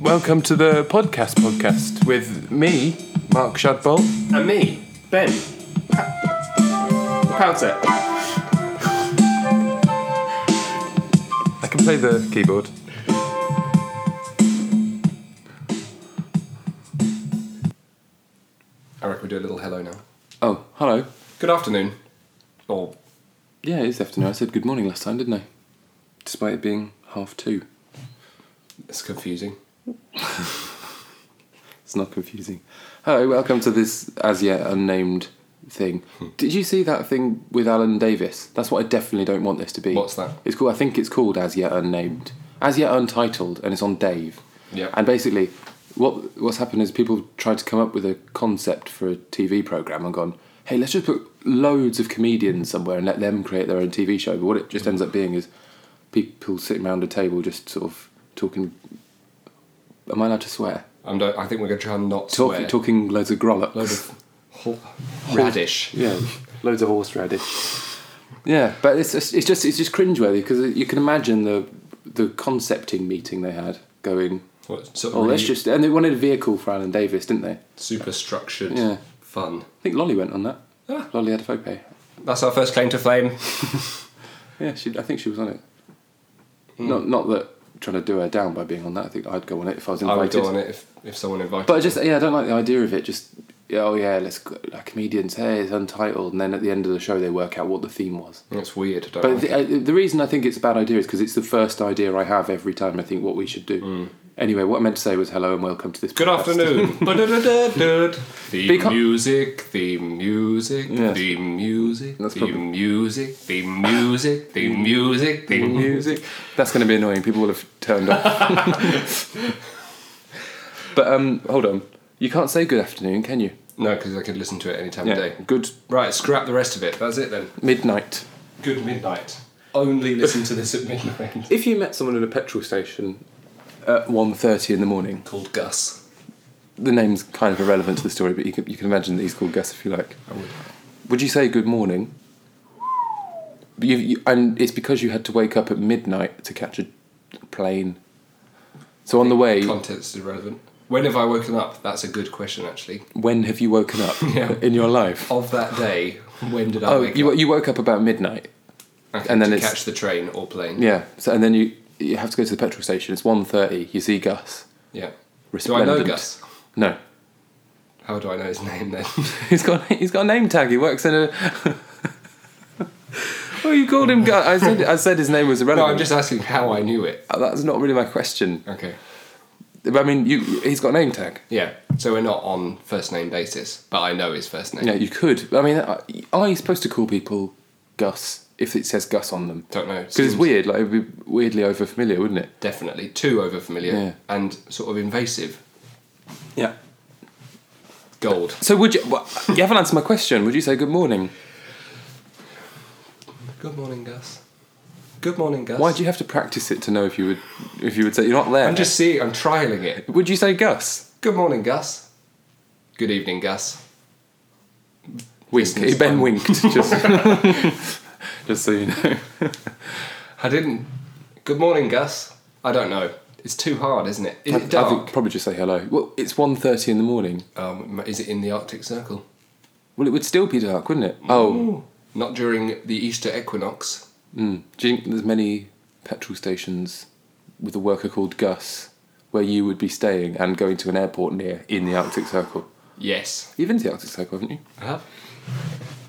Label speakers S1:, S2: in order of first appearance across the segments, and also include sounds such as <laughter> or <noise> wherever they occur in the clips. S1: Welcome to the podcast podcast with me, Mark Shadbolt.
S2: And me, Ben. Pounce it.
S1: I can play the keyboard.
S2: I reckon we do a little hello now.
S1: Oh, hello.
S2: Good afternoon. Oh, Or
S1: Yeah, it is afternoon. I said good morning last time, didn't I? Despite it being half two.
S2: it's confusing.
S1: It's not confusing. Hello, welcome to this as yet unnamed thing. Did you see that thing with Alan Davis? That's what I definitely don't want this to be.
S2: What's that?
S1: It's called. I think it's called as yet unnamed, as yet untitled, and it's on Dave.
S2: Yep.
S1: And basically, what what's happened is people tried to come up with a concept for a TV program and gone, hey, let's just put loads of comedians somewhere and let them create their own TV show. But what it just ends up being is people sitting around a table just sort of talking. Am I allowed to swear?
S2: I'm do- I think we're going to try and not
S1: Talk,
S2: swear.
S1: Talking loads of grollops.
S2: Load of
S1: <laughs>
S2: ho- radish.
S1: Yeah, loads of horseradish. Yeah, but it's just, it's just it's just cringeworthy because you can imagine the the concepting meeting they had going.
S2: What, sort of
S1: Oh, let's
S2: really
S1: just and they wanted a vehicle for Alan Davis, didn't they? I
S2: super structured
S1: Yeah.
S2: fun.
S1: think Lolly went on that.
S2: Ah.
S1: Lolly had a faux pay.
S2: That's our first claim to flame.
S1: Yeah, she, I think she was on it.
S2: Hmm.
S1: Not not that trying to do her down by being on that. I think I'd go on it if I was
S2: I
S1: invited.
S2: would go on it if, if someone invited
S1: But I just yeah, I don't like the idea of it. Just yeah, oh yeah, let's go, like comedians. Hey, it's untitled, and then at the end of the show they work out what the theme was.
S2: It's weird. Don't
S1: But
S2: like
S1: the,
S2: it.
S1: uh, the reason I think it's a bad idea is because it's the first idea I have every time I think what we should do. Anyway, what I meant to say was hello and welcome to this.
S2: Hmm. Good <laughs>
S1: podcast.
S2: afternoon. Ba-da-da-da-da. the
S1: Because-
S2: music, the music,
S1: Yes.
S2: the music,
S1: That's
S2: the
S1: probably-
S2: music, the music, the
S1: <laughs>
S2: music, the music.
S1: That's going to be annoying. People will have turned off. <laughs> but um, hold on, you can't say good afternoon, can you?
S2: No, because I could listen to it any time of day.
S1: Good
S2: Right, scrap the rest of it. That's it then.
S1: midnight.
S2: Good midnight. Only listen to this at midnight. <laughs>
S1: If you met someone in a petrol station at 1.30 in the morning,
S2: Called Gus.
S1: the name's kind of irrelevant to the story, but you can, you can imagine that he's called Gus if you like.
S2: I would.
S1: Would you say good morning? But You, you, and it's because you had to wake up at midnight to catch a plane. So on the way,
S2: Context is irrelevant. When have I woken up? That's a good question, actually.
S1: when have you woken <laughs> up
S2: Yeah.
S1: in your life?
S2: Of that day, when did I
S1: Oh,
S2: wake
S1: you,
S2: up?
S1: you woke up about midnight.
S2: Okay,
S1: and then
S2: to
S1: it's-
S2: catch the train or plane.
S1: Yeah. So and then you you have to go to the petrol station. It's 1.30. You see Gus.
S2: Yeah. Do I
S1: Resplendent.
S2: know Gus?
S1: No. <laughs>
S2: How do I know his name then? <laughs>
S1: He's got he's got a name tag. He works in a. <laughs> well, you called him Gus. I said I said his name was
S2: no,
S1: irrelevant. Uh,
S2: I'm just asking how I knew it.
S1: That's not really my question.
S2: Okay.
S1: But I mean, you he's got a name tag.
S2: Yeah. So we're not on first name basis, but I know his first name.
S1: Yeah, you could. I mean, are are you supposed to call people Gus if it says Gus on them?
S2: Don't know.
S1: Because it's
S2: Seems
S1: weird. Like it'd be weirdly overfamiliar, wouldn't it?
S2: Definitely too over familiar
S1: Yeah.
S2: and sort of invasive.
S1: Yeah.
S2: Gold.
S1: So would you? Well, you haven't answered my question. Would you say good morning?
S2: Good morning, Gus. Good morning, Gus.
S1: Why do you have to practice it to know if you would if you would say you're not there?
S2: I'm just seeing. I'm trialing it.
S1: Would you say Gus?
S2: Good morning, Gus. Good evening, Gus.
S1: Wink.
S2: Business
S1: ben
S2: one. <laughs>
S1: winked. Just, just so you know.
S2: I didn't. Good morning, Gus. I don't know. It's too hard, isn't it? Is
S1: I-
S2: it dark?
S1: I think probably just say hello. Well, it's 1.30 in the morning.
S2: um, is it in the Arctic Circle?
S1: Well, it would still be dark, wouldn't
S2: Mm.
S1: it? Oh,
S2: Not during the Easter equinox.
S1: Mm. Do you think there's many petrol stations with a worker called Gus where you would be staying and going to an airport near in the Arctic Circle?
S2: Yes.
S1: You've been to the Arctic Circle, haven't you?
S2: I have.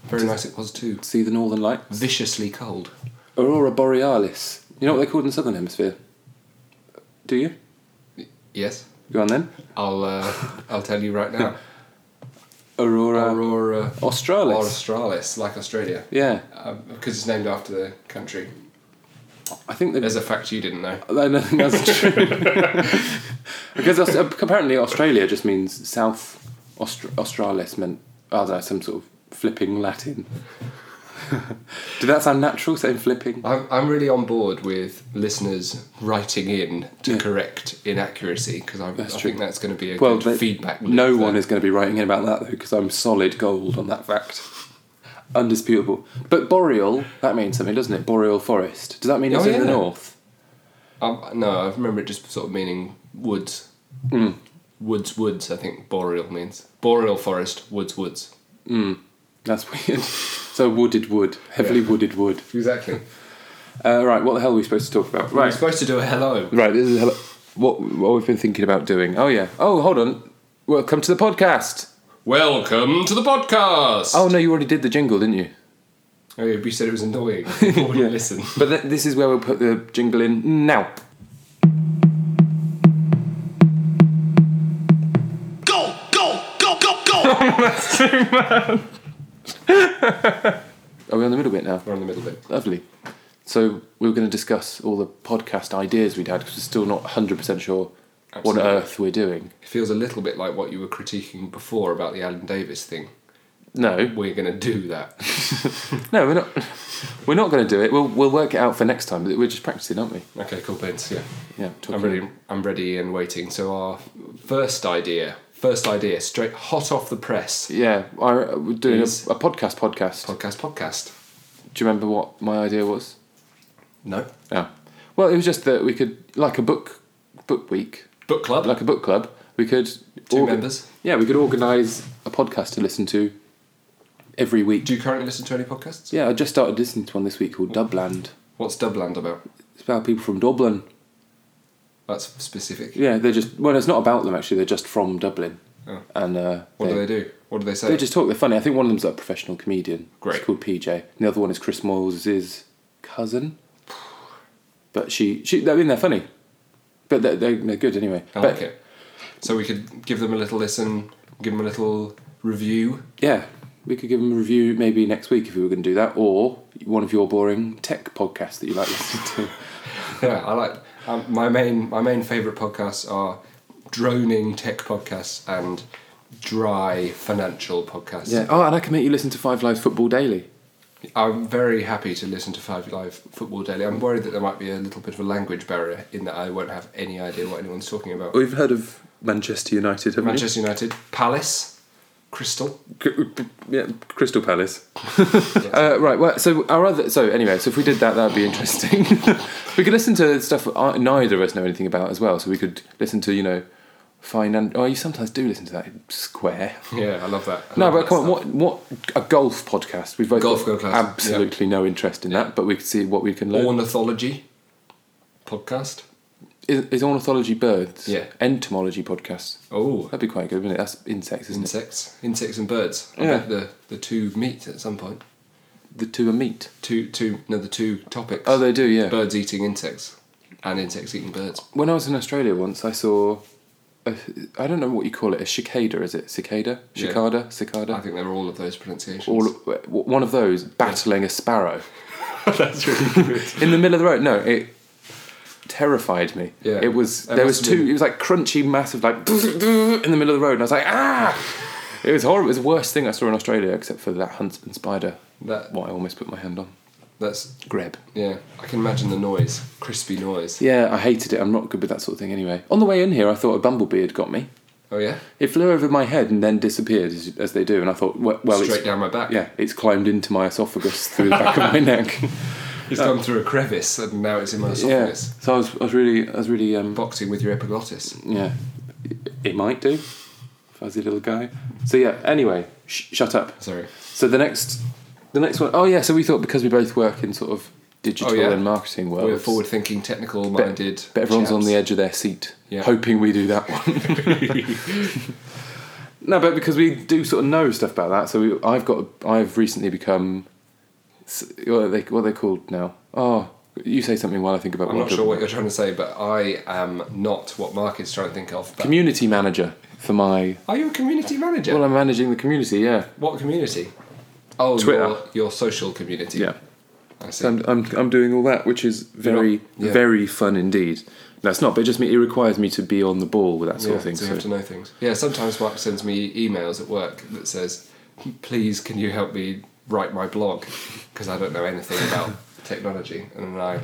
S2: Very nice it was too.
S1: See the Northern Lights?
S2: Viciously cold.
S1: Aurora Borealis. You know what they're called in the Southern Hemisphere? Do you?
S2: Yes.
S1: Go on then.
S2: I'll uh, I'll tell you right now. <laughs>
S1: Aurora,
S2: Aurora
S1: Australis.
S2: Australis, like Australia,
S1: Yeah,
S2: Um, because it's named after the country.
S1: I think that.
S2: There's a fact you didn't know.
S1: I don't think that's true. because Aus- uh, apparently Australia just means South Austra- Australis meant, oh, that's some sort of flipping Latin. <laughs> Did that sound natural saying flipping?
S2: I'm, I'm really on board with listeners writing in to correct inaccuracy because I, I
S1: true.
S2: think that's going to be a
S1: Well,
S2: good
S1: they-
S2: feedback. loop
S1: No
S2: there.
S1: one is going to be writing in about that though, because I'm solid gold on that fact. Undisputable. But boreal, that means something, doesn't it? Boreal forest. Does that mean it's
S2: Oh,
S1: in the
S2: yeah.
S1: north?
S2: Um, no, I remember it just sort of meaning woods. Woods, woods, I think boreal means. Boreal forest, woods, woods.
S1: That's weird. <laughs> so wooded wood, heavily wooded wood.
S2: Exactly.
S1: Uh, right, what the hell are we supposed to talk about?
S2: We're
S1: Right,
S2: supposed to do a hello.
S1: right. This is hello. What what we've been thinking about doing. Oh yeah. Oh, hold on. Welcome to the podcast.
S2: Welcome to the podcast!
S1: Oh no, you already did the jingle, didn't you?
S2: Oh, yeah, you said it was <laughs> annoying. Before we listen.
S1: But th- this is where we'll put the jingle in now.
S3: go, go, go, go,
S1: <laughs>
S3: go.
S1: Oh, <laughs> Are we on the middle bit now?
S2: We're in the middle bit.
S1: Lovely. So we were going to discuss all the podcast ideas we'd had because we're still not hundred percent sure
S2: Absolutely.
S1: what on earth we're doing.
S2: It feels a little bit like what you were critiquing before about the Alan Davis thing.
S1: No,
S2: We're going to do that.
S1: no, we're not. <laughs> We're not going to do it. We'll we'll work it out for next time. But we're just practicing, aren't we?
S2: Okay, cool beans. Yeah,
S1: Yeah. Talking.
S2: I'm ready. I'm ready and waiting. So our first idea, first idea, straight hot off the press,
S1: Yeah, I, we're doing a,
S2: Is-
S1: a podcast. Podcast.
S2: podcast, podcast.
S1: Do you remember what my idea was?
S2: No,
S1: Yeah. Well, it was just that we could, like a book, book week,
S2: book club.
S1: like a book club. We could
S2: two
S1: orga-
S2: members.
S1: Yeah, we could organise a podcast to listen to every week.
S2: Do you currently listen to any podcasts?
S1: Yeah, I just started listening to one this week called Dubland.
S2: What's Dubland about?
S1: It's about people from Dublin.
S2: That's specific.
S1: Yeah, they're just well, it's not about them actually. They're just from Dublin,
S2: Oh.
S1: and uh,
S2: What do they do? What do they say?
S1: They just talk. They're funny. I think one of them's a professional comedian.
S2: Great.
S1: It's called PJ. And the other one is Chris Moyles' cousin. But she, she. I mean, they're funny. But they're, they're, they're good anyway.
S2: I
S1: but,
S2: like it. So we could give them a little listen, give them a little
S1: <laughs>
S2: review.
S1: Yeah, we could give them a review maybe next week if we were going to do that, or one of your boring tech podcasts that you like listening to.
S2: yeah, I like um, my main my main favorite podcasts are droning tech podcasts and dry financial podcasts.
S1: <laughs> Yeah. Oh, and I can make you listen to Five Live Football Daily.
S2: I'm very happy to listen to Five Live Football Daily. I'm worried that there might be a little bit of a language barrier in that I won't have any idea what anyone's talking about.
S1: We've heard of Manchester United, haven't
S2: Manchester United, Palace, Crystal.
S1: Yeah, Crystal
S2: <laughs>
S1: Palace. uh, right. Well, so our other. So anyway, so if we did that, that'd be interesting. <laughs> we could listen to stuff I- neither of us know anything about as well. So we could listen to you know, finance. Oh, you sometimes do listen to that
S2: <laughs>
S1: square.
S2: Yeah, I love that. I
S1: No,
S2: love
S1: but
S2: that
S1: come on,
S2: stuff.
S1: what what a golf podcast. We've both
S2: Golf
S1: got
S2: podcast,
S1: absolutely no interest in that, but we could see what we can learn.
S2: Ornithology podcast.
S1: is, is ornithology birds?
S2: Yeah.
S1: Entomology podcast.
S2: Oh,
S1: That'd be quite good, wouldn't it? That's insects,
S2: Mm.
S1: isn't it?
S2: insects, insects and birds. I
S1: Yeah.
S2: bet the the two meet at some point.
S1: The two are meat.
S2: Two two no the two topics.
S1: Oh, they do, yeah.
S2: birds eating insects and insects eating birds.
S1: When I was in Australia once, I saw. A, I don't know what you call it. A cicada, is it cicada?
S2: Yeah.
S1: Cicada,
S2: I
S1: cicada.
S2: think they're all of those pronunciations. <laughs>
S1: All w- one of those battling a sparrow
S2: that's really good.
S1: in the middle of the road. No, it terrified me.
S2: Yeah.
S1: it was
S2: That
S1: there was
S2: must have
S1: two.
S2: been-
S1: It was like crunchy, massive, like in the middle of the road, and I was like, ah! It was horrible. It was the worst thing I saw in Australia, except for that huntsman spider.
S2: That-
S1: what I almost put my hand on.
S2: That's
S1: Greb.
S2: yeah. I can imagine the noise, crispy noise.
S1: Yeah, I hated it. I'm not good with that sort of thing anyway. On the way in here, I thought a bumblebee had got me.
S2: Oh yeah,
S1: It flew over my head and then disappeared as, as they do, and I thought, well, well
S2: straight
S1: it's,
S2: down my back.
S1: yeah, it's climbed into my esophagus <laughs> through the
S2: <laughs>
S1: back of my neck.
S2: it's gone through a crevice and now it's in my
S1: Yeah,
S2: esophagus.
S1: so I was, I was really, I was really, um,
S2: Boxing with your epiglottis.
S1: yeah, it, it might do, fuzzy little guy. So yeah, anyway, sh- shut up.
S2: Sorry.
S1: So the next, the next one, oh yeah, so we thought because we both work in sort of digital
S2: Oh, yeah.
S1: and marketing world,
S2: We're forward-thinking, technical-minded.
S1: But everyone's on the
S2: chaps.
S1: edge of their seat,
S2: Yeah.
S1: hoping we do that one. <laughs> no, but because we do sort of know stuff about that, so we, I've got, I've recently become, s- what are they, what are they called now? Oh, you say something while I think about.
S2: I'm
S1: what
S2: not
S1: I'm
S2: sure what
S1: talking
S2: you're trying to say, but I am not what Mark is trying to think of.
S1: about.
S2: But
S1: community manager for my.
S2: are you a community manager?
S1: Well, I'm managing the community. Yeah,
S2: what community? Oh,
S1: Twitter.
S2: Your, your social community.
S1: yeah.
S2: I see.
S1: So I'm, I'm, I'm doing all that, which is very,
S2: You're not- yeah.
S1: very fun indeed. That's not, but it just me. It requires me to be on the ball with that sort
S2: yeah,
S1: of thing.
S2: so you
S1: so-
S2: have to know things. Yeah, sometimes Mark sends me emails at work that says, "Please, can you help me write my blog because I don't know anything
S1: <laughs>
S2: about technology," and then I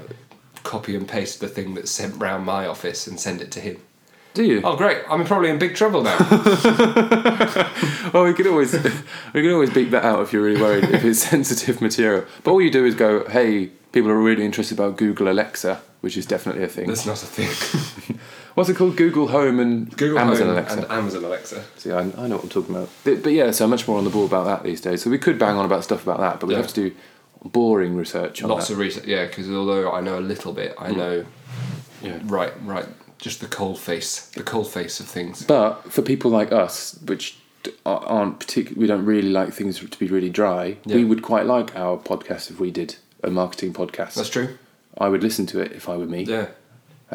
S2: copy and paste the thing that's sent round my office and send it to him.
S1: do you?
S2: Oh, great! I'm probably in big trouble
S1: <laughs>
S2: now.
S1: Well, we could always <laughs> we could always beat that out if you're really worried <laughs> if it's sensitive material. But all you do is go, hey, people are really interested about Google Alexa. which is definitely a thing.
S2: That's not a thing.
S1: What's it called? Google Home and
S2: Google
S1: Amazon
S2: Home
S1: Alexa.
S2: and Amazon Alexa.
S1: See, I, I know what I'm talking about. But, but yeah, so I'm much more on the ball about that these days. So we could bang on about stuff about that, but we
S2: Yeah.
S1: have to do boring research on
S2: Lots
S1: that. Mm.
S2: of research, yeah. Because although I know a little bit, I know
S1: yeah.
S2: right, right, just the cold face, the cold face of things.
S1: But for people like us, which d- ar- aren't particular, we don't really like things to be really dry.
S2: Yeah.
S1: We would quite like our podcast if we did a marketing podcast.
S2: That's true.
S1: I would listen to it if I were me.
S2: Yeah,
S1: And Mm.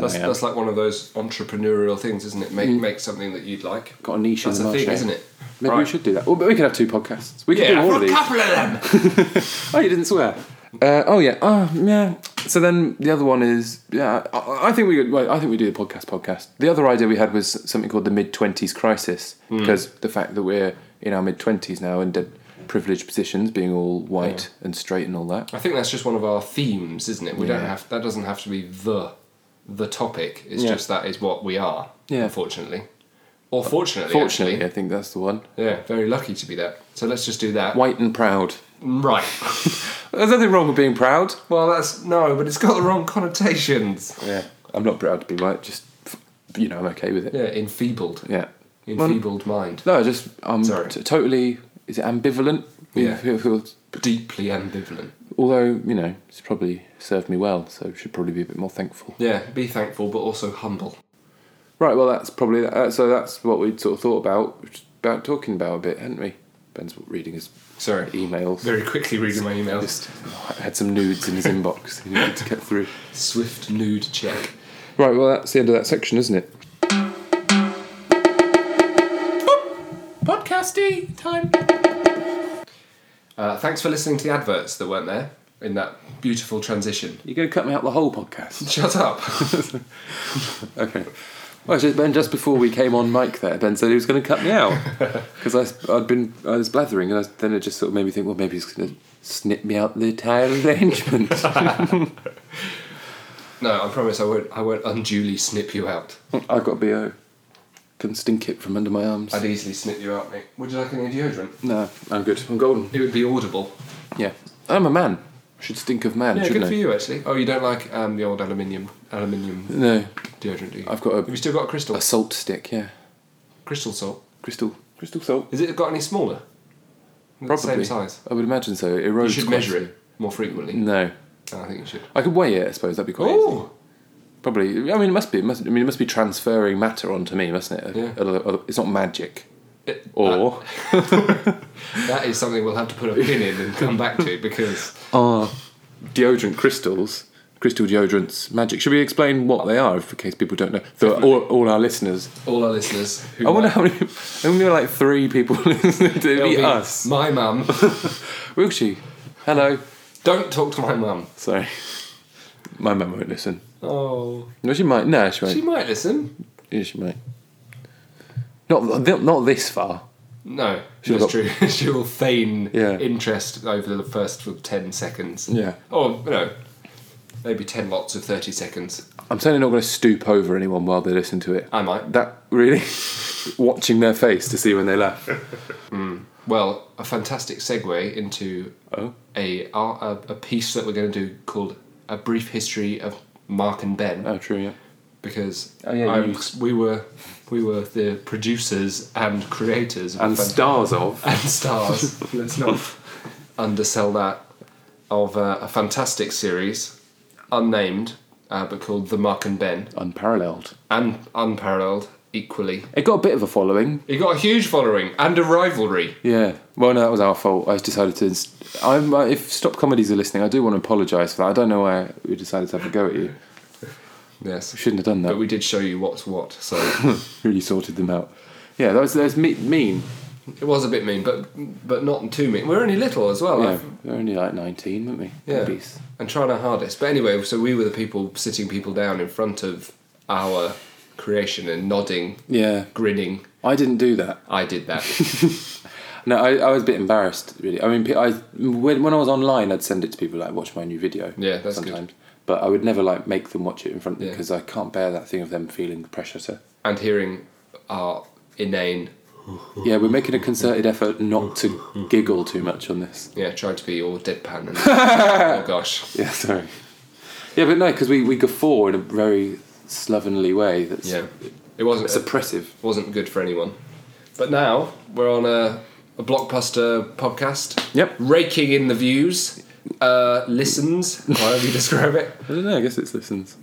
S2: that's
S1: I am.
S2: that's like one of those entrepreneurial things, isn't it? Make make something that you'd like.
S1: Got a niche
S2: That's
S1: in
S2: the
S1: the
S2: thing,
S1: market.
S2: isn't it?
S1: Maybe we
S2: Right.
S1: should do that. Well, but we could have two podcasts. We could do
S2: Yeah,
S1: all
S2: I've
S1: of
S2: got a
S1: these.
S2: couple of them.
S1: Oh, you didn't swear. Uh, oh yeah. Oh yeah. So then the other one is yeah. I, I think we well, I think we do the podcast podcast. The other idea we had was something called the mid twenties crisis because the fact that we're in our mid twenties now and in privileged positions, being all white and straight and all that.
S2: I think that's just one of our themes, isn't it? We don't
S1: Yeah.
S2: have that doesn't have to be the the topic. It's
S1: Yeah.
S2: just that is what we are.
S1: Yeah.
S2: Unfortunately, or fortunately,
S1: Fortunately,
S2: actually.
S1: I think that's the one.
S2: yeah, very lucky to be that. So let's just do that.
S1: White and proud.
S2: Right.
S1: There's nothing wrong with being proud.
S2: Well, that's no, but it's got the wrong connotations.
S1: Yeah, I'm not proud to be white. Just you know, I'm okay with it.
S2: Yeah, enfeebled.
S1: Yeah.
S2: Enfeebled mind.
S1: No, just I'm
S2: Sorry.
S1: t- totally. Is it ambivalent?
S2: Yeah.
S1: Feel- feel-
S2: Deeply ambivalent.
S1: Although, you know, it's probably served me well, so should probably be a bit more thankful.
S2: Yeah, be thankful but also humble.
S1: Right, well, that's probably uh, so. That's what we'd sort of thought about, which- about talking about a bit, hadn't we? Ben's reading his
S2: Sorry.
S1: emails. <laughs>
S2: Very quickly reading my emails.
S1: Just had some nudes in his inbox. <laughs> He needed to get through.
S2: Swift nude check.
S1: Right, well, that's the end of that section, isn't it? Podcasty time.
S2: Uh, thanks for listening to the adverts that weren't there in that beautiful transition.
S1: You're going to cut me out the whole podcast.
S2: Shut up. <laughs>
S1: Okay. Well, actually, Ben, just before we came on mic there, Ben said he was going to cut
S2: <laughs>
S1: me out because I'd been I was blathering, and I, then it just sort of made me think, well, maybe he's going to snip me out the entire arrangement. <laughs>
S2: no, I promise I won't. I won't unduly snip you out.
S1: I've got bo. Couldn't stink it from under my arms.
S2: I'd easily snip you out, mate. Would you like any deodorant?
S1: no, I'm good. I'm golden.
S2: It would be audible.
S1: Yeah, I'm a man. should stink of man,
S2: Yeah,
S1: shouldn't
S2: good for
S1: I?
S2: you actually. Oh, you don't like um, the old aluminium aluminium
S1: No,
S2: deodorant, do you?
S1: I've got
S2: Have you
S1: a,
S2: still got a crystal?
S1: a salt stick. Yeah,
S2: crystal salt.
S1: crystal, crystal salt.
S2: Has it got any smaller?
S1: Probably
S2: Same size.
S1: I would imagine so. It
S2: You
S1: erodes.
S2: should
S1: quite-
S2: measure it more frequently.
S1: No,
S2: Oh, I think you should.
S1: I could weigh it. I suppose that'd be quite easy.
S2: Oh,
S1: Probably. I mean, it must be. It must, I mean, it must be transferring matter onto me, mustn't it?
S2: Yeah.
S1: Other- other- It's not magic.
S2: It-
S1: Or
S2: that is something we'll have to put a pin in and come back to because
S1: are deodorant crystals, crystal deodorants, magic? Should we explain what they are, if- in case people don't know? So all, all our listeners.
S2: all our listeners. Who
S1: I wonder
S2: might-
S1: how many. I think there are like three people <laughs> listening to
S2: It'll
S1: it.
S2: be
S1: be us.
S2: My
S1: <laughs>
S2: mum.
S1: Will she? Hello.
S2: Don't talk to my mum.
S1: <laughs> Sorry. My mum won't listen.
S2: Oh,
S1: No, she might. No, she won't.
S2: she might listen.
S1: yeah, she might. Not, th- not this far.
S2: No,
S1: She'll
S2: that's
S1: go-
S2: true. <laughs> she will feign
S1: Yeah.
S2: interest over the first ten seconds.
S1: Yeah.
S2: Or no, maybe ten lots of thirty seconds.
S1: I'm certainly not going to stoop over anyone while they listen to it.
S2: I might.
S1: That really <laughs> watching their face to see when they laugh.
S2: Well, a fantastic segue into
S1: Oh.
S2: a, a a piece that we're going to do called "A Brief History of Mark and Ben"
S1: Oh, true. Yeah.
S2: because
S1: Oh, yeah,
S2: I
S1: you-
S2: was- we were we were the producers and creators of
S1: And
S2: fan-
S1: stars of.
S2: and
S1: <laughs>
S2: stars. Let's not undersell that of uh, a fantastic series, unnamed uh, but called "The Mark and Ben"
S1: Unparalleled.
S2: and unparalleled equally.
S1: It got a bit of a following.
S2: It got a huge following and a rivalry.
S1: Yeah. Well, no, that was our fault. I decided to. ins- I'm, uh, if stop comedies are listening, I do want to apologise for that. I don't know why we decided to have a go at you.
S2: Yes.
S1: We shouldn't have done that.
S2: But we did show you what's what, so
S1: really sorted them out. Yeah, that was, that was me- mean.
S2: it was a bit mean, but but not too mean. We're only little as well,
S1: Yeah,
S2: I've-
S1: they're only like 19, weren't we?
S2: yeah,
S1: Babies.
S2: and trying our hardest. But anyway, so we were the people sitting people down in front of our creation and nodding,
S1: Yeah.
S2: grinning.
S1: I didn't do that.
S2: I did that.
S1: No, I, I was a bit embarrassed, really. I mean, pe- I when, when I was online, I'd send it to people like, "Watch my new video."
S2: Yeah, that's good.
S1: But I would never like make them watch it in front of me
S2: Yeah.
S1: because I can't bear that thing of them feeling the pressure to.
S2: and hearing our inane,
S1: Yeah, we're making a concerted effort not to giggle too much on this.
S2: yeah, trying to be all deadpan. And, oh gosh,
S1: Yeah, <laughs> sorry. Yeah, but no, because we, we guffaw in a very slovenly way that's
S2: Yeah, it wasn't a-
S1: suppressive.
S2: wasn't good for anyone. But now we're on a, a blockbuster podcast.
S1: Yep.
S2: raking in the views, uh, listens, however you describe it.
S1: I don't know, I guess it's listens.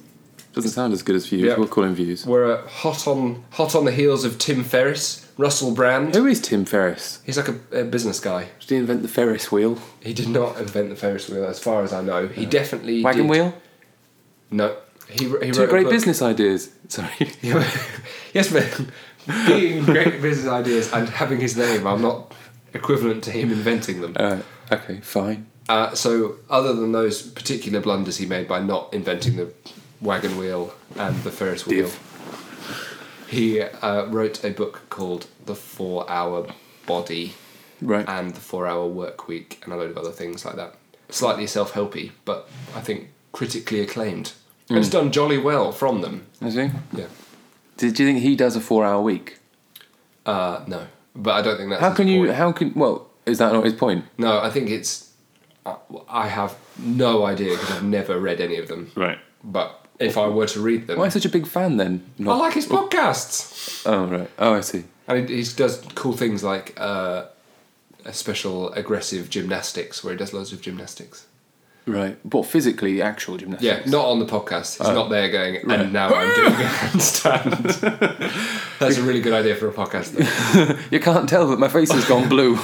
S1: Doesn't sound as good as views.
S2: Yeah.
S1: We'll call him views.
S2: We're uh, hot on hot on the heels of Tim Ferriss, Russell Brand.
S1: Who is Tim Ferriss?
S2: He's like a, a business guy.
S1: Did he invent the Ferris wheel?
S2: He did not invent the Ferris wheel, as far as I know. He definitely
S1: Wagon
S2: did-
S1: wheel?
S2: No, he, wr- he
S1: Two
S2: wrote a
S1: great
S2: book.
S1: business ideas. <laughs> Sorry.
S2: <laughs> yes, but being great business ideas and having his name are not equivalent to him inventing them.
S1: Uh, okay, fine.
S2: Uh, so, other than those particular blunders he made by not inventing the wagon wheel and the Ferris wheel,
S1: Div.
S2: he uh, wrote a book called The Four Hour Body
S1: Right.
S2: and The Four Hour Work Week and a load of other things like that. Slightly self helpy, but I think critically acclaimed. And it's
S1: Hmm.
S2: done jolly well from them.
S1: Is he?
S2: Yeah.
S1: Did you think he does a four hour week?
S2: Uh, no, but I don't think that's
S1: How
S2: his
S1: can you?
S2: point.
S1: How can? Well, is that not his point?
S2: No, I think it's. I- I have no idea because I've never read any of them.
S1: Right.
S2: But if I were to read them,
S1: Why such a big fan then?
S2: I
S1: Not,
S2: like his podcasts.
S1: oh right. Oh, I see.
S2: And he, he does cool things like uh, a special aggressive gymnastics where he does loads of gymnastics.
S1: Right. But physically, actual
S2: Yeah,
S1: gymnastics.
S2: not on the podcast. He's not there going, and
S1: Right.
S2: now I'm doing a
S1: <laughs>
S2: handstand. <laughs> That's a really good idea for a podcast. Though.
S1: You can't tell, but my face has <laughs> gone blue.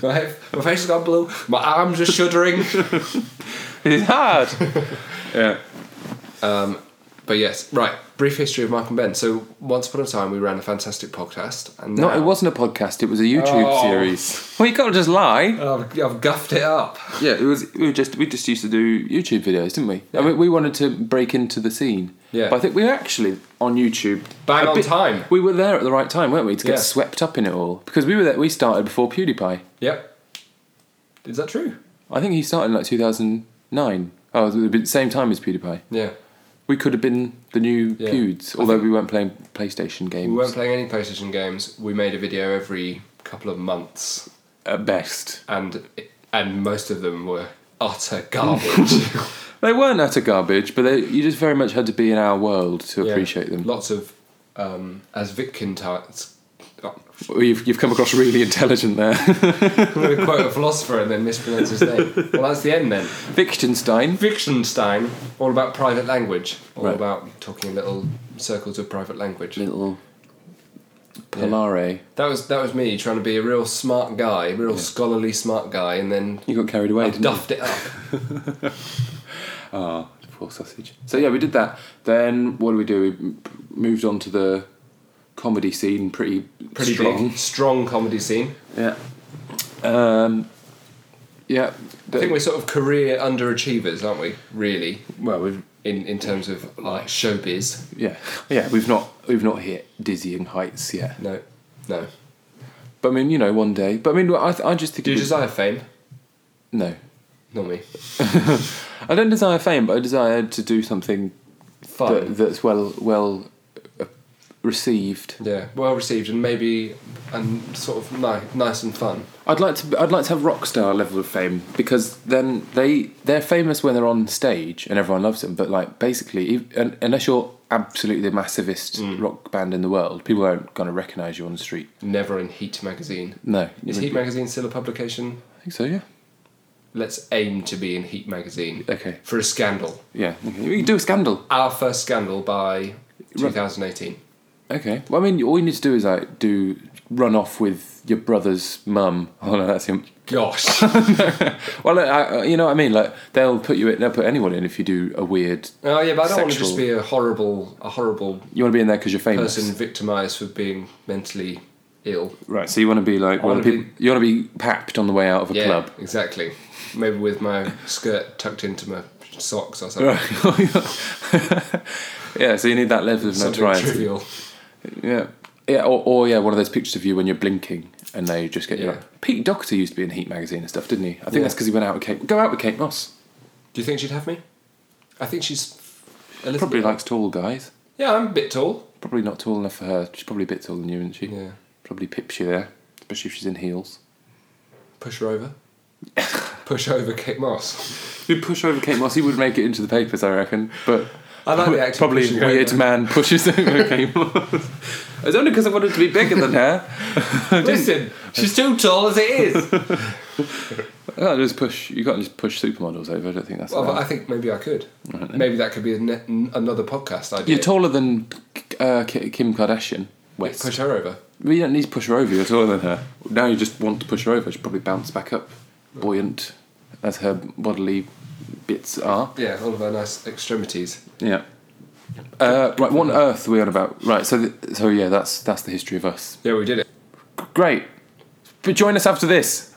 S2: my, my face has gone blue. My arms are
S1: <laughs>
S2: shuddering.
S1: it's hard. yeah.
S2: But yes, right. Brief history of Mark and Ben. So once upon a time, we ran a fantastic podcast, and
S1: No,
S2: now-
S1: it wasn't a podcast. It was a YouTube
S2: Oh.
S1: series.
S2: <laughs>
S1: Well, you can't just lie.
S2: I've, I've guffed it up.
S1: Yeah, it was. We were just we just used to do YouTube videos, didn't we? I mean, we wanted to break into the scene.
S2: Yeah.
S1: But I think we were actually on YouTube.
S2: Bang
S1: a
S2: on time.
S1: We were there at the right time, weren't we? To get
S2: Yeah.
S1: swept up in it all because we were there. We started before PewDiePie.
S2: Yep. Is that true?
S1: I think he started in like 2009. Oh, it was at the same time as PewDiePie.
S2: Yeah.
S1: We could have been the new
S2: Yeah.
S1: Pewds, although we weren't playing PlayStation games
S2: We weren't playing any PlayStation games. We made a video every couple of months,
S1: at best.
S2: and and most of them were utter
S1: <laughs>
S2: garbage.
S1: They weren't utter garbage, but they, you just very much had to be in our world to
S2: Yeah.
S1: appreciate them.
S2: Lots of, um, as Vic Kintyre, oh,
S1: Well, You've, you've come across really intelligent there. <laughs>
S2: I'm going to <laughs> quote a philosopher and then mispronounce his name. Well, that's the end then.
S1: Wittgenstein.
S2: Wittgenstein, all about private language, all
S1: Right.
S2: about talking in little circles of private language.
S1: Little Polare.
S2: That was that was me trying to be a real smart guy, real scholarly smart guy, and then
S1: You got carried away,
S2: I
S1: didn't
S2: duffed it up.
S1: you? Ah, poor sausage. So yeah, we did that. Then what do we do? We m- moved on to the comedy scene pretty,
S2: Pretty
S1: strong.
S2: big, strong comedy scene.
S1: Yeah. Um, yeah.
S2: I think we're sort of career underachievers, aren't we? Really,
S1: well, we've
S2: in in terms of like showbiz. <laughs>
S1: yeah yeah we've not we've not hit dizzying heights yet.
S2: No, no.
S1: But I mean, you know, one day. But I mean, I, I just think
S2: Do you
S1: it-
S2: desire fame?
S1: no.
S2: Not me.
S1: I don't desire fame, but I desire to do something
S2: Fun.
S1: that, that's well well uh, received.
S2: Yeah, well received and maybe and sort of ni- nice and fun.
S1: I'd like to. I'd like to have rock star level of fame because then they they're famous when they're on stage and everyone loves them. But like basically, ev- un- unless you're absolutely the massivest rock band in the world, people aren't going to recognise you on the street.
S2: Never in Heat magazine.
S1: No,
S2: Is Heat magazine still a publication?
S1: I think so. Yeah.
S2: Let's aim to be in Heat magazine
S1: Okay.
S2: for a scandal.
S1: Yeah. Okay. We can do a scandal.
S2: Our first scandal by 2018.
S1: Okay. Well, I mean, all you need to do is like do run off with your brother's mum. <laughs> Oh no, that's him. <laughs>
S2: Gosh.
S1: Well, I, I, you know what I mean. Like they'll put you in. They'll put anyone in if you do a weird.
S2: Oh yeah, but I don't want to
S1: Sexual.
S2: just be a horrible, a horrible
S1: You want to be in there because you're famous.
S2: person victimized for being mentally ill.
S1: Right, so you want to be like one of the
S2: wanna
S1: people. You want to be papped on the way out of a
S2: Yeah,
S1: club. <laughs>
S2: exactly. Maybe with my skirt tucked into my socks or something.
S1: yeah, so you need that level of
S2: Something
S1: notoriety.
S2: trivial.
S1: Yeah, yeah, or, or yeah, one of those pictures of you when you're blinking and they just get you.
S2: Yeah.
S1: Like, Pete Doctor used to be in Heat magazine and stuff, didn't he? I think
S2: Yeah.
S1: that's because he went out with Kate. Go out with Kate Moss.
S2: Do you think she'd have me? I think she's a little
S1: Probably
S2: bit-
S1: likes tall guys.
S2: Yeah, I'm a bit tall.
S1: Probably not tall enough for her. She's probably a bit taller than you, isn't she?
S2: Yeah.
S1: <laughs> Probably pips you there, especially if she's in heels.
S2: Push her over. push over Kate Moss.
S1: He'd push over Kate Moss. He would make it into the papers, I reckon. But
S2: I like the actual
S1: probably
S2: pushing
S1: weird
S2: over.
S1: man pushes <laughs> over Kate Moss. It's only because I wanted to be bigger than her.
S2: Listen, she's too tall as it
S1: <laughs>
S2: is.
S1: Oh, just push. You can't just push supermodels over. I don't think that's.
S2: well, but
S1: allowed.
S2: I think maybe I could. Maybe that could be a ne- n- another podcast idea.
S1: You're taller than uh, Ki- Kim Kardashian. West.
S2: Push her over.
S1: Well, you don't need to push her over. You're taller than her. Now you just want to push her over. She'll probably bounce back up, buoyant, as her bodily bits are.
S2: Yeah, all of her nice extremities.
S1: Yeah. Uh, right, what on earth are we on about? Right, so th- so yeah, that's that's the history of us.
S2: Yeah, we did it.
S1: Great, but join us after this.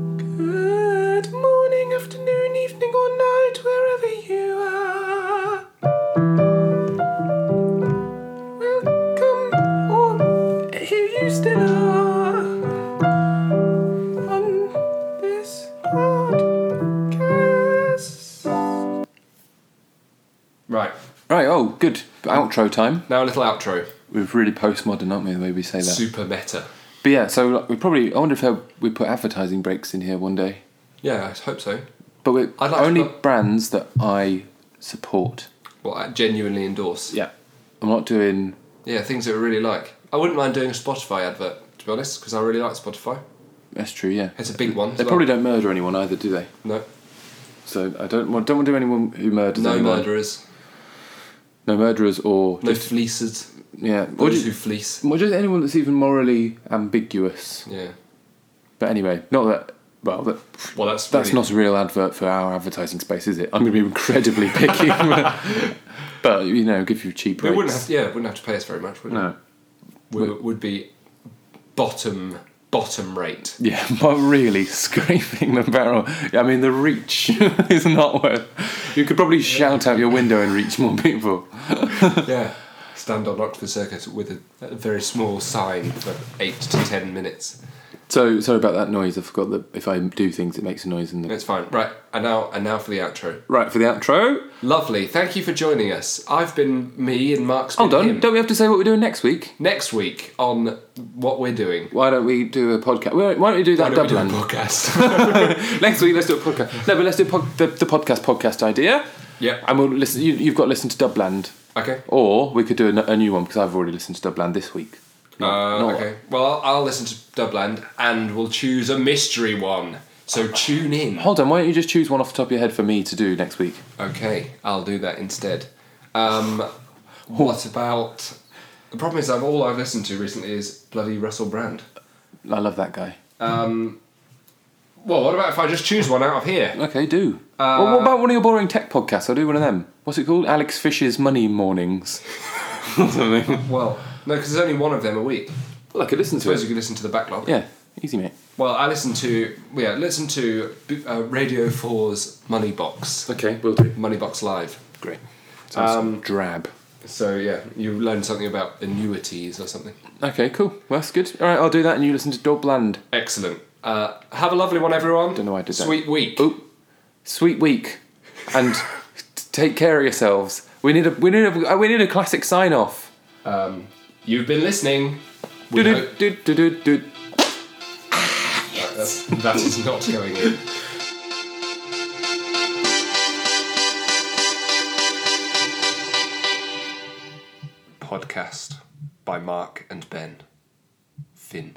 S1: Good morning, afternoon, evening, or night, wherever you are. Welcome, or here you still are on this podcast.
S2: Right.
S1: Right, oh, good. Outro time.
S2: Now a little outro.
S1: We're really postmodern, aren't we, the way we say that?
S2: Super meta.
S1: But yeah, so like, we probably, I wonder if uh, we put advertising breaks in here one day.
S2: Yeah, I hope so.
S1: But we're
S2: I'd like to
S1: only
S2: put-
S1: brands that I support.
S2: Well, I genuinely endorse.
S1: Yeah. I'm not doing.
S2: Yeah, things that I really like. I wouldn't mind doing a Spotify advert, to be honest, because I really like Spotify.
S1: That's true, yeah.
S2: It's a big one. as
S1: They
S2: well.
S1: probably don't murder anyone either, do they?
S2: no,
S1: So I don't want, don't want to do anyone who murders
S2: no
S1: anyone.
S2: murderers,
S1: No murderers or.
S2: no
S1: just-
S2: fleecers,
S1: yeah. Or
S2: those
S1: just,
S2: who fleece.
S1: or just anyone that's even morally ambiguous.
S2: Yeah.
S1: But anyway, not that. Well, that,
S2: Well, that's
S1: that's
S2: really-
S1: not a real advert for our advertising space, is it? I'm going to be incredibly
S2: <laughs>
S1: picky. but you know, give you cheap
S2: They
S1: rates.
S2: wouldn't have. Yeah, wouldn't have to pay us very much. Would
S1: no.
S2: it? We would be bottom bottom
S1: <laughs>
S2: rate.
S1: Yeah, but really <laughs> scraping the barrel. I mean, the reach <laughs> is not worth. You could probably shout out your window and reach more people.
S2: yeah. Stand on Oxford Circus with a, a very small sign for eight to ten minutes.
S1: So sorry about that noise. I forgot that if I do things, it makes a noise. In the
S2: That's fine. Right, and now and now for the outro.
S1: right for the outro.
S2: Lovely. Thank you for joining us. I've been me and Mark's been
S1: Hold on.
S2: him.
S1: Don't we have to say what we're doing next week?
S2: Next week on what we're doing.
S1: Why don't we do a podcast? Why don't we do
S2: Why
S1: that
S2: don't we do a
S1: Dublin? <laughs>
S2: podcast.
S1: Next week, let's do a podcast. No, but let's do pod- the, the podcast podcast idea.
S2: yeah.
S1: And we'll listen. You, you've got to listen to Dubland,
S2: Okay.
S1: or we could do a, n- a new one because I've already listened to Dubland this week.
S2: Uh,
S1: not-
S2: okay. Well, I'll, I'll listen to Dubland and we'll choose a mystery one. So tune in.
S1: Hold on, why don't you just choose one off the top of your head for me to do next week?
S2: Okay, I'll do that instead. Um, what about? The problem is, I've all I've listened to recently is bloody Russell Brand. Um,
S1: I love that guy.
S2: Well, what about if I just choose one out of here?
S1: Okay, do. Uh, well, what about one of your boring tech podcasts? I'll do one of them. What's it called? Alex Fisher's Money Mornings. Or something.
S2: Well, no, because there's only one of them a week.
S1: Well, I could listen to
S2: Suppose you
S1: it.
S2: could listen to the backlog.
S1: Yeah, easy, mate.
S2: Well, I listen to yeah, listen to uh, Radio 4's Money Box,
S1: Okay, we'll do. Um,
S2: Money Box Live.
S1: Great. Sounds drab.
S2: So yeah, you learn something about annuities or something.
S1: Okay, cool. Well, that's good. All right, I'll do that, and you listen to Dubland.
S2: Excellent. Uh, have a lovely one, everyone.
S1: Don't know why I did that.
S2: Sweet week.
S1: Oh, sweet week, and <laughs> t- take care of yourselves. We need a we need a we need a classic sign off.
S2: Um, you've been listening. We hope-
S1: Bye
S2: That's, that is not going in. Podcast by Mark and Ben. Finn.